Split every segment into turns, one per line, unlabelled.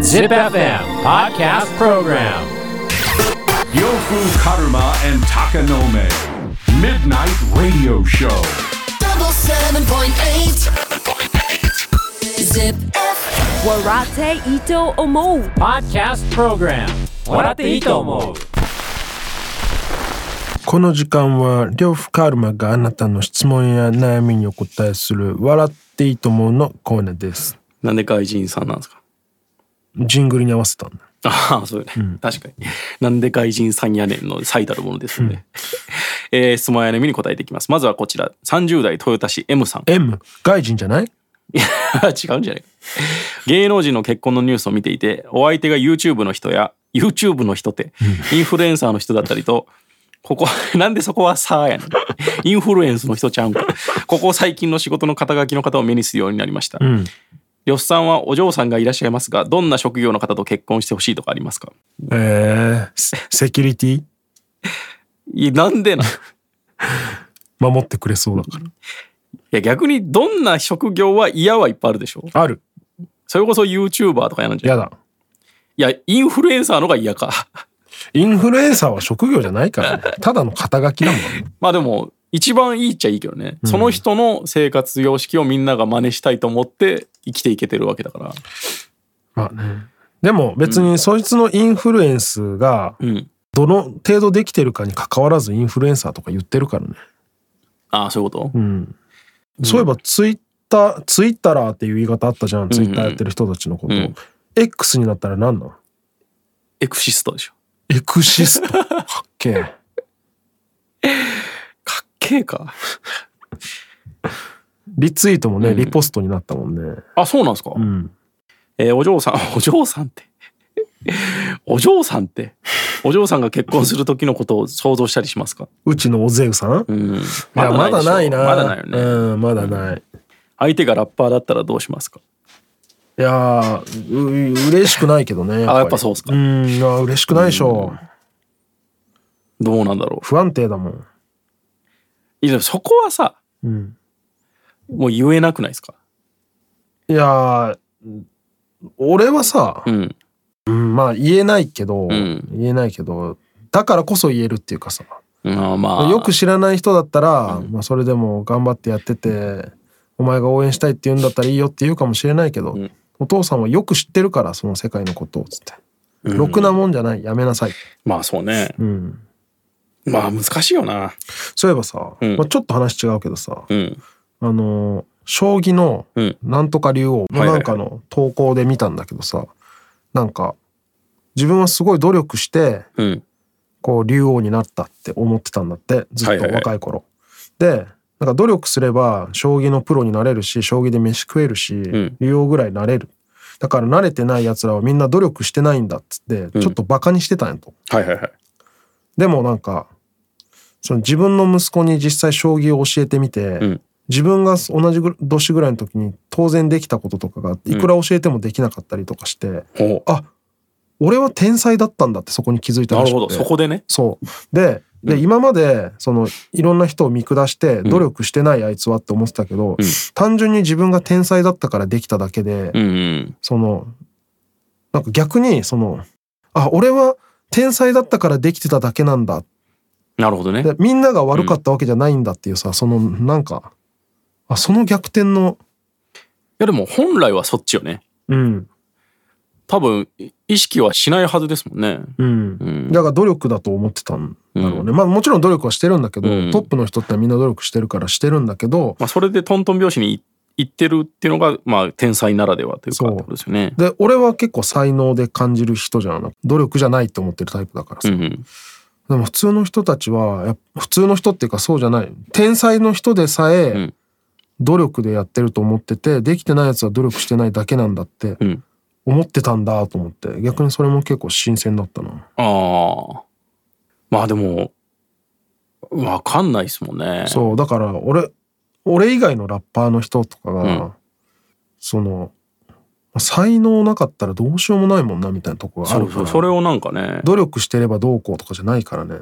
Zip FM Podcast Program
Yofu Karuma and Takanome. Midnight Radio Show.
double seven point eight. Zip.
Warate Ito Omo.
Podcast Program 笑っていいと思う
この時間は両夫カルマがあなたの質問や悩みにお答えする「笑っていいと思う」のコーナーです
なんで外人さんなんですか
ジングルに合わせたんだ
ああ、そうね、確かに。なんで外人さんやねんの最たるものですね。 えー質問や悩みに答えていきます。まずはこちら、30代豊田市 M さん。
M 外人じゃない
いや違うんじゃない芸能人の結婚のニュースを見ていてお相手が YouTube の人や YouTube の人ってインフルエンサーの人だったりとこ こなんでそこはさあやねんインフルエンスの人ちゃうんかここ最近の仕事の肩書きの方を目にするようになりました、
ん
呂布さんはお嬢さんがいらっしゃいますがどんな職業の方と結婚してほしいとかありますか
えー、セセキュリティ
いやなんでなんい
守ってくれそうだか
や逆にどんな職業は嫌はいっぱいあるでしょ
らある
それこそ YouTuber とかやなんじゃ
や
ない
だ
いやインフルエンサーの方が嫌か
インフルエンサーは職業じゃないから ねただの肩書きだもんね
まあでも一番いいっちゃいいけどね、その人の生活様式をみんなが真似したいと思って生きていけてるわけだから
まあねでも別にそいつのインフルエンスが
うん
どの程度できてるかに関わらずインフルエンサーとか言ってるからね
ああそういうこと、
うん、そういえばツイッターツイッタラーっていう言い方あったじゃん、ツイッターやってる人たちのこと、
うん
X になったら何なの
エクシストでしょ
エクシストかっけえ
かっけえか
リツイートもね、リポストになったもんね
あそうなんですか、
うん
えーお嬢さん お嬢さんってお嬢さんってお嬢さんが結婚する時のことを想像したりしますか、
うちのオゼウさん、
うん、
いやまだない
で
な
しょまだないよね、
うんまだない、い
相手がラッパーだったらどうしますか
やーう嬉しくないけどねやっぱ
あやっぱそうっすか
うんいや嬉しくないでしょ、
どうなんだろ
不安定だもん、
ういやでもそこはさ
うん、
もう言えなくないですか
いやー俺はさ、
うん
うん、まあ言えないけど、
ん
言えないけどだからこそ言えるっていうかさ
ああまあ
よく知らない人だったら、まあ、それでも頑張ってやっててお前が応援したいって言うんだったらいいよって言うかもしれないけど、
ん
お父さんはよく知ってるからその世界のことをつって、ろくなもんじゃないやめなさい、
まあそうね
うん、
まあ難しいよな。
そういえばさ、
ん
まあ、ちょっと話違うけどさ、
うん。
あのー将棋の
うん
なんとか竜王のなんかの投稿で見たんだけどさ、なんか自分はすごい努力して
うん。
こう竜王になったって思ってたんだってず
は
っ
い
と
はいはい
若い頃。でなんか努力すれば将棋のプロになれるし将棋で飯食えるし、
ん
竜王ぐらいなれるだから慣れてないやつらはみんな努力してないんだっつってちょっとバカにしてたんやと。
はいはいはい。
でもなんかその自分の息子に実際将棋を教えてみて、
ん
自分が同じぐ年ぐらいの時に当然できたこととかがいくら教えてもできなかったりとかして、
ほ。
あ俺は天才だったんだってそこに気づいうた
な
ら
る
しくて
ほど。そこでね。
そうでで、今までそのいろんな人を見下して努力してないあいつはって思ってたけど、単純に自分が天才だったからできただけで、
うんうん。
そのなんか逆にそのあ俺は天才だったからできてただけなんだ
なるほどね。
でみんなが悪かったわけじゃないんだっていうさ、そのなんかあその逆転の
いやでも本来はそっちよね。
うん
多分い意識はしないはずですもんね。
うん、
うん
だから努力だと思ってたんだろうね、まあもちろん努力はしてるんだけど、
うん
トップの人ってみんな努力してるからしてるんだけど
まあそれでトントン拍子にい行ってるっていうのがまあ天才ならではというか
そう
ってことですよね。
で俺は結構才能で感じる人じゃん努力じゃないって思ってるタイプだから
う
さ、
んうん。
でも普通の人たちはやっぱ普通の人っていうかそうじゃない天才の人でさえ、
ん
努力でやってると思っててできてないやつは努力してないだけなんだって
うん
思ってたんだと思って逆にそれも結構新鮮だったな。
ああ。まあでもわかんないですもんね。
そうだから俺俺以外のラッパーの人とかが、
うん
その才能なかったらどうしようもないもんなみたいなとこがあ
そ
る
う
から
そう。それをなんかね。
努力してればどうこうとかじゃないからね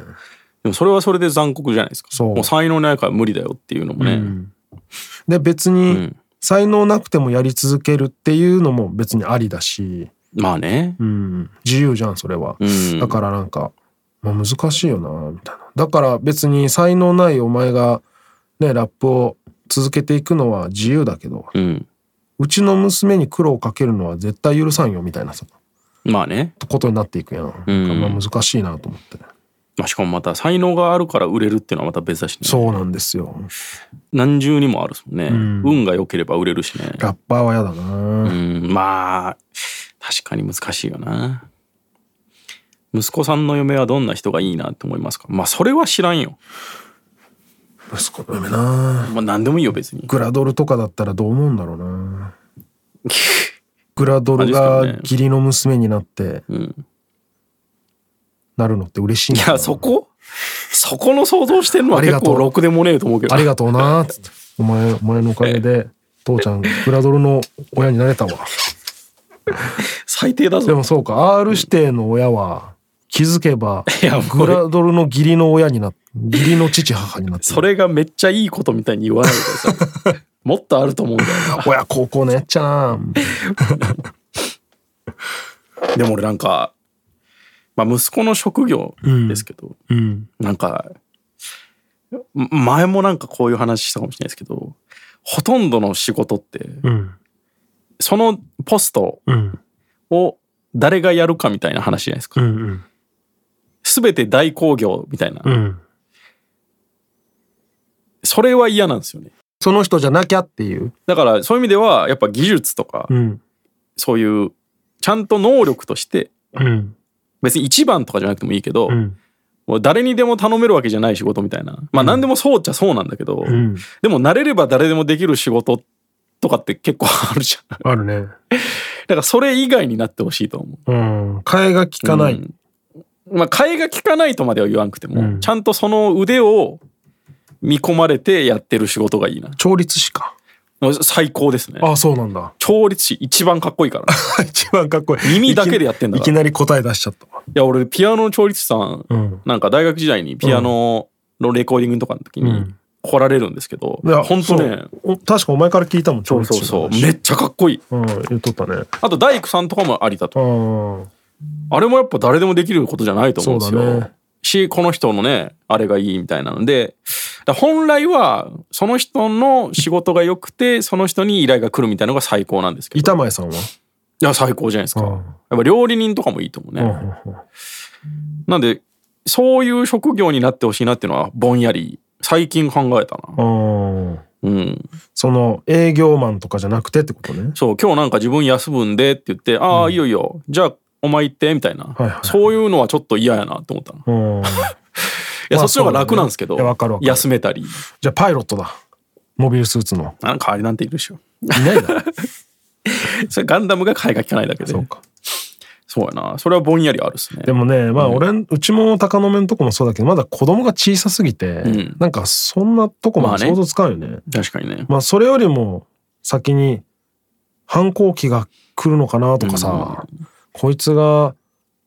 でもそれはそれで残酷じゃないですか。
そう
もう才能ないから無理だよっていうのもね。
で別
う
に
ん
才能なくてもやり続けるっていうのも別にありだし、
まあね。
うん、自由じゃんそれは、
うん
だからなんか、まあ、難しいよなみたいなだから別に才能ないお前がねラップを続けていくのは自由だけど
うん。
うちの娘に苦労をかけるのは絶対許さんよみたいなさ
まあね。
ことになっていくやん、
うん
まあ難しいなと思って
まあ、しかもまた才能があるから売れるっていうのはまた別だしね。
そうなんですよ
何重にもあるっすもんね。
ん
運が良ければ売れるしね。
ラッパーは嫌だな、
うん、まあ、確かに難しいよな。息子さんの嫁はどんな人がいいなって思いますかまあ、それは知らんよ。
息子の嫁な
まあ、何でもいいよ、別に。
グラドルとかだったらどう思うんだろう なグラドル
あれ
が
ですけどね
義理の娘になって
ん
なるのって嬉しい
い
な
や、そこそこの想像してんの
あ
は
り
結
がとう
構ろくでもねえと思うけど。
ありがとうなーっつってお前お前のおかげで父ちゃんグラドルの親になれたわ
最低だ
で
ぞ。
もそうか R 指定の親は気づけ ば
いやもう
グラドルの義理の親にな義理の父母になって
それがめっちゃいいことみたいに言わないで ください。もっとあると思うんだよな。
親高校のやっちゃな
でも俺なんか、まあ、息子の職業ですけど、
うん
なんかん前もなんかこういう話したかもしれないですけどほとんどの仕事って
うん
そのポスト
うん
を誰がやるかみたいな話じゃないですか、
うん
全て代行業みたいな、
ん
それは嫌なんですよね
その人じゃなきゃっていう
だからそういう意味ではやっぱ技術とか、
ん
そういうちゃんと能力として
うん
別に一番とかじゃなくてもいいけど、
ん
もう誰にでも頼めるわけじゃない仕事みたいなまあ何でもそうっちゃそうなんだけど、
うん
でも慣れれば誰でもできる仕事とかって結構あるじゃん。だ
あるね
からそれ以外になってほしいと思う。
うん替えが利かない、
うんまあ替えが利かないとまでは言わんくても、
うん
ちゃんとその腕を見込まれてやってる仕事がいいな。
調律師か
もう最高ですね。
ああそうなん だ
調律師一番かっこいいから ね、い
一番かっこいい
耳だけでやってん だ
い
から
きなり答え出しちゃったわ
や俺ピアノの調律師さん、
うん
なんか大学時代にピアノのレコーディングとかの時に来られるんですけど、
いや
ほんとね
そうお確かお前から聞いたもん
そう
調律
そう
師
そ
の
う
話
めっちゃかっこいい。
うん言っとったね
あと大工さんとかもありだと
うん
あれもやっぱ誰でもできることじゃないと思うんです
そう
よ。
だね
し、この人のね、あれがいいみたいなので、だから本来はその人の仕事が良くて、その人に依頼が来るみたいなのが最高なんですけど。
板前さんはい
や、最高じゃないですか。
うん
やっぱ料理人とかもいいと思うね。なんで、そういう職業になってほしいなっていうのは、ぼんやり、最近考えたな。
うん
うん。
その営業マンとかじゃなくてってことね
そう、今日なんか自分休むんでって言って、ああ、いいよいいよ、じゃあ、お前行ってみたいな、
いはいはい
そういうのはちょっと嫌やなって思ったな。い
うん
や、
まあ
そっちの方が楽なんですけ
そ
ど、
うだねいやわかるわかる
休めたり。
じゃあパイロットだモビルスーツの
なんかあれなんているでしょ。
いないだろ
それガンダムが買いが利かないだけで。
そうか
そうやな。それはぼんやりあるっすね。
でもねまあ俺んうちも高野目のとこもそうだけどまだ子供が小さすぎて
ん
なんかそんなとこ
ま
も
あね
想像つかんよね
確かにね。
まあそれよりも先に反抗期が来るのかなとかさ、こいつが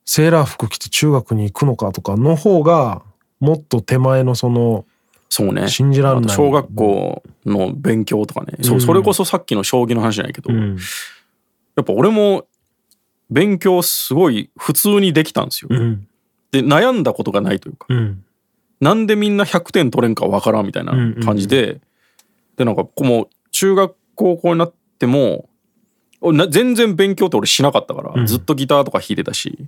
セーラー服着て中学に行くのかとかの方がもっと手前のその
そうね。
信じらんない
あと小学校の勉強とかね。そう、それこそさっきの将棋の話じゃないけど、やっぱ俺も勉強すごい普通にできたんですよ。
ん
で、悩んだことがないというか、
うん
なんでみんな100点取れんかわからんみたいな感じで、で、なんかこうもう中学高校になっても、俺な全然勉強って俺しなかったから、ずっとギターとか弾いてたし、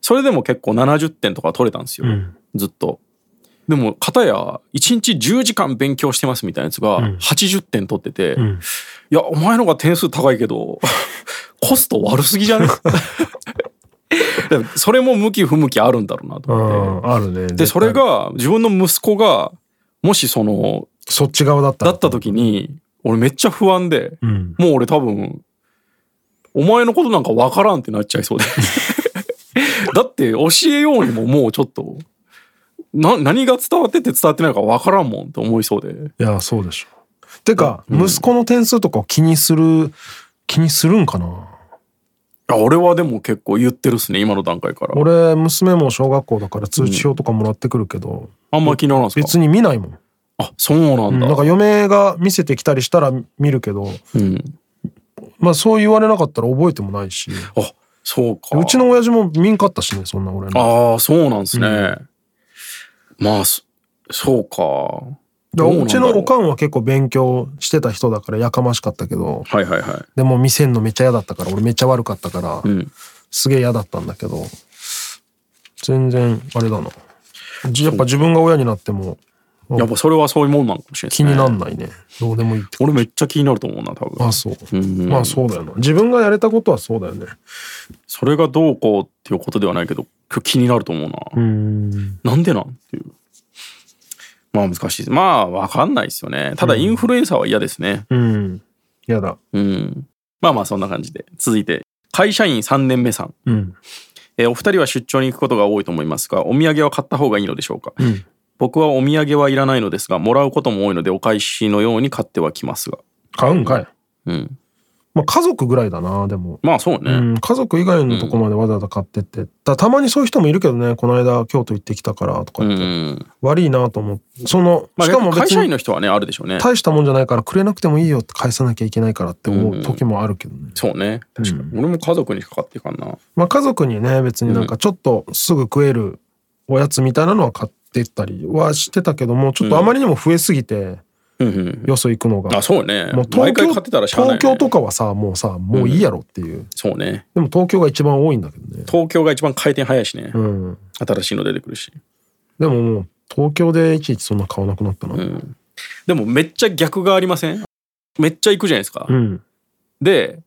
それでも結構70点とか取れたんですよ。
ん
ずっと。でも、片や、1日10時間勉強してますみたいなやつが、80点取ってて、
ん
いや、お前のが点数高いけど、 コスト悪すぎじゃね でもそれも向き不向きあるんだろうなと
う
思っ
んあるね
て。で、それが、自分の息子が、もしその、
そっち側だった
だ
ら
った時に、俺めっちゃ不安で、
うん
もう俺多分、お前のことなんかわからんってなっちゃいそうで。 だって教えようにももうちょっと、な、何が伝わってて伝わってないかわからんもんって思いそうで。
いやそうでしょてか、息子の点数とかを気にする気にするんかな
あ俺はでも結構言ってるっすね、今の段階から。
俺娘も小学校だから通知表とかもらってくるけど、
あんま気にならんすか
別に見ないもん
ああそうなんだ、
なんか嫁が見せてきたりしたら見るけど、
うん
まあそう言われなかったら覚えてもないし、
あそうか
うちの親父も見んかったしね、そんな俺の。
ああそうなんですね、まあそそうか
で
どうなん
う
だ
ち
ろ
の
う
おかんは結構勉強してた人だからやかましかったけど、
はいはいはい
でも見せんのめっちゃ嫌だったから、俺めっちゃ悪かったから、
うん
すげえ嫌だったんだけど、全然あれだな。じやっぱ自分が親になっても
やっぱそれはそういうもんなのかもしれないです
気
ね
になんないね。どうでもいいって。
俺めっちゃ気になると思うな多分
あ、そう。
うん
まあそうだよな。自分がやれたことはそうだよね。
それがどうこうっていうことではないけど気になると思うな、
うん。
なんでなんっていうまあ難しいですまあ分かんないですよねただインフルエンサーは嫌ですね
うん。嫌だ。
うん、まあまあそんな感じで続いて会社員3年目さん、
うん。
えーお二人は出張に行くことが多いと思いますがお土産は買った方がいいのでしょうか、僕はお土産はいらないのですがもらうことも多いのでお返しのように買ってはきますが
買うんかい。
うん
まあ家族ぐらいだな、でも。
まあそうね、
うん、家族以外のとこまでわざわざ買ってって、だたまにそういう人もいるけどねこの間京都行ってきたからとか
う
言って、
ん
悪いなと思ってその
まあ、
しかも
会
別
社員
に
の人はねあるでしょうね
大したもんじゃないからくれなくてもいいよって返さなきゃいけないからって思う時もあるけどね、
そうね確かに、俺も家族にしか買っていかんな
まあ、家族にね別になんかちょっとすぐ食えるおやつみたいなのは買ってったりはしてたけどもちょっとあまりにも増えすぎて
うんうん
よそ行くのが、
あそうね
もう東
毎回
京
買ってたらしゃあない、ね、
東京とかはさもうさもういいやろっていう、
そうね
でも東京が一番多いんだけどね
東京が一番回転早いしね、
うん
新しいの出てくるし、
でももう東京でいちいちそんな買わなくなったな
うん、でもめっちゃ逆がありませんめっちゃ行くじゃないですか、
うん
で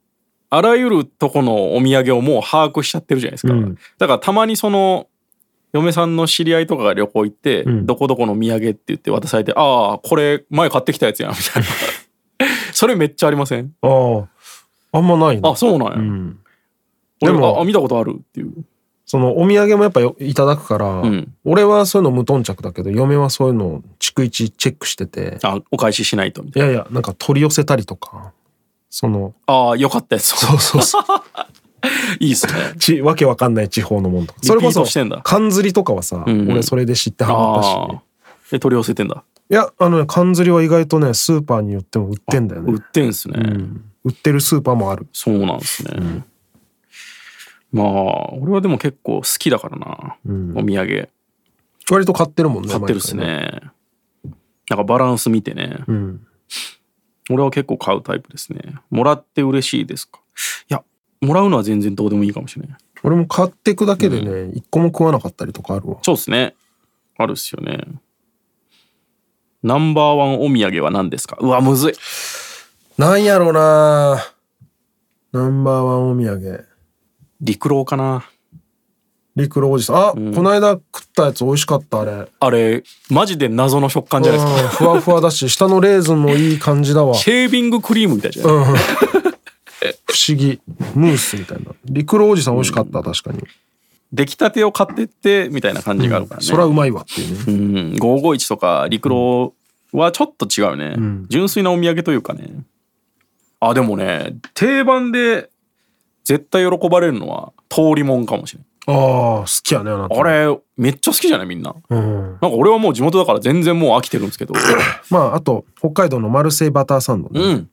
あらゆるとこのお土産をもう把握しちゃってるじゃないですか、
うん
だからたまにその嫁さんの知り合いとかが旅行行って、
ん
どこどこのお土産って言って渡されて「ああこれ前買ってきたやつやん」みたいな それめっちゃありません
あああんまないな
あそうなんや、
うん、
俺
でも
ああ見たことあるっていう
そのお土産もやっぱよいただくから、
ん
俺はそういうの無頓着だけど嫁はそういうのを逐一チェックしてて
あお返ししないとみた
い
い
やいやなんか取り寄せたりとかその
なああよかったやつ
そうそうそう
い いっすね
ち わけわかんない地方のもんとか
リピー
そ
ト
れこそ
してんだ
缶釣りとかはさ、
うんうん
俺それで知ってはまったし
ああで取り寄せてんだ
いやあのね缶釣りは意外とねスーパーによっても売ってんだよ
売っ
ね
てんすね、
売ってるスーパーもある
そうなんですね、まあ俺はでも結構好きだからな、お土産
割と買ってるもんね
買ってるっす
毎回
ねなんかバランス見てね、
うん
俺は結構買うタイプですねもらって嬉しいですかいやもらうのは全然どうでもいいかもしれない
俺も買ってくだけでね一個も食わなかったりとかあるわ
そうですねあるっすよねナンバーワンお土産は何ですかうわむずい
なんやろうなナンバーワンお土産。
陸郎かな
陸路おじさん。あ、この間食ったやつ美味しかった、あれ。うん
あれマジで謎の食感じゃないですか
ふわふわだし、下のレーズンもいい感じだわ。
シェービングクリームみたいじゃない、
うん。不思議。ムースみたいな。陸路おじさん美味しかった、確かに。
出来たてを買ってってみたいな感じがあるからね、
そらうまいわっていう
う
ね。
ん、551とか陸路はちょっと違うね、純粋なお土産というかねあでもね定番で絶対喜ばれるのは通りもんかもしれ
ああ、好きやね、あなた。
ないあれめっちゃ好きじゃないみんななんか
うん。
俺はもう地元だから全然もう飽きてるんですけど
まあ、あと、北海道のマルセイバターサンド
う
ね。
ん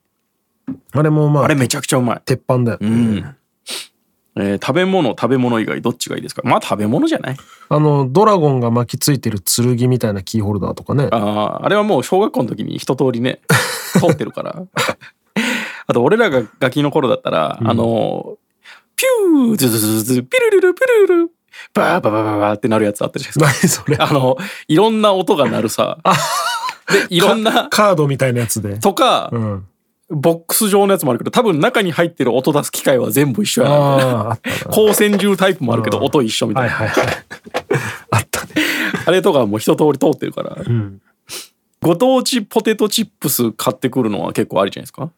あれもま
あ
あ
れ、めちゃくちゃうまい
鉄板だよ
う
ね。
ん、えー食べ物食べ物以外どっちがいいですかまあ食べ物じゃない
あの、ドラゴンが巻きついてる剣みたいなキーホルダーとかね。
あーあれはもう小学校の時に一通 りね通ってるからあと俺らがガキの頃だったら、あのピューズズズズピルルルピルルルバーバーバーバーバーってなるやつあったじゃな
何
いで す
それ
かあのいろんな音が鳴るさでいろんな
カードみたいなやつで。
とか、
うん。
ボックス状のやつもあるけど多分中に入ってる音出す機械は全部一緒やな
ああ、あったな。
光線銃タイプもあるけど
うん
音一緒みたいな、
はいはい。あったね。
あれとかはもう一通り通ってるから、
ん
ご当地ポテトチップス買ってくるのは結構ありじゃないですか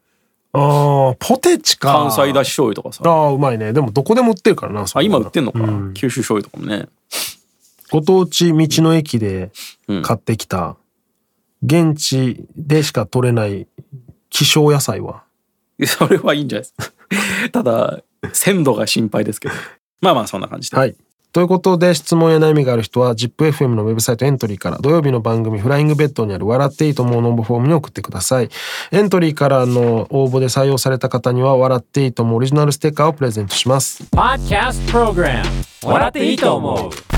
ああ、ポテチか。
関西だし醤油とか
あ
さ。
あ、うまいね。でもどこでも売ってるからな。そ
あ、
んな
今売ってんのか、
うん
九州醤油とかもね。
ご当地道の駅で
うん
買ってきた、現地でしか取れない希少野菜は。
そ れはいいんじゃないですか。ただ、鮮度が心配ですけど。まあまあ、そんな感じで。
はい。ということで質問や悩みがある人は ZIPFM のウェブサイトエントリーから土曜日の番組「フライングベッド」にある「笑っていいと思う」の応募フォームに送ってくださいエントリーからの応募で採用された方には「笑っていいと思う」オリジナルステッカーをプレゼントします
Podcast program 笑っていいと思う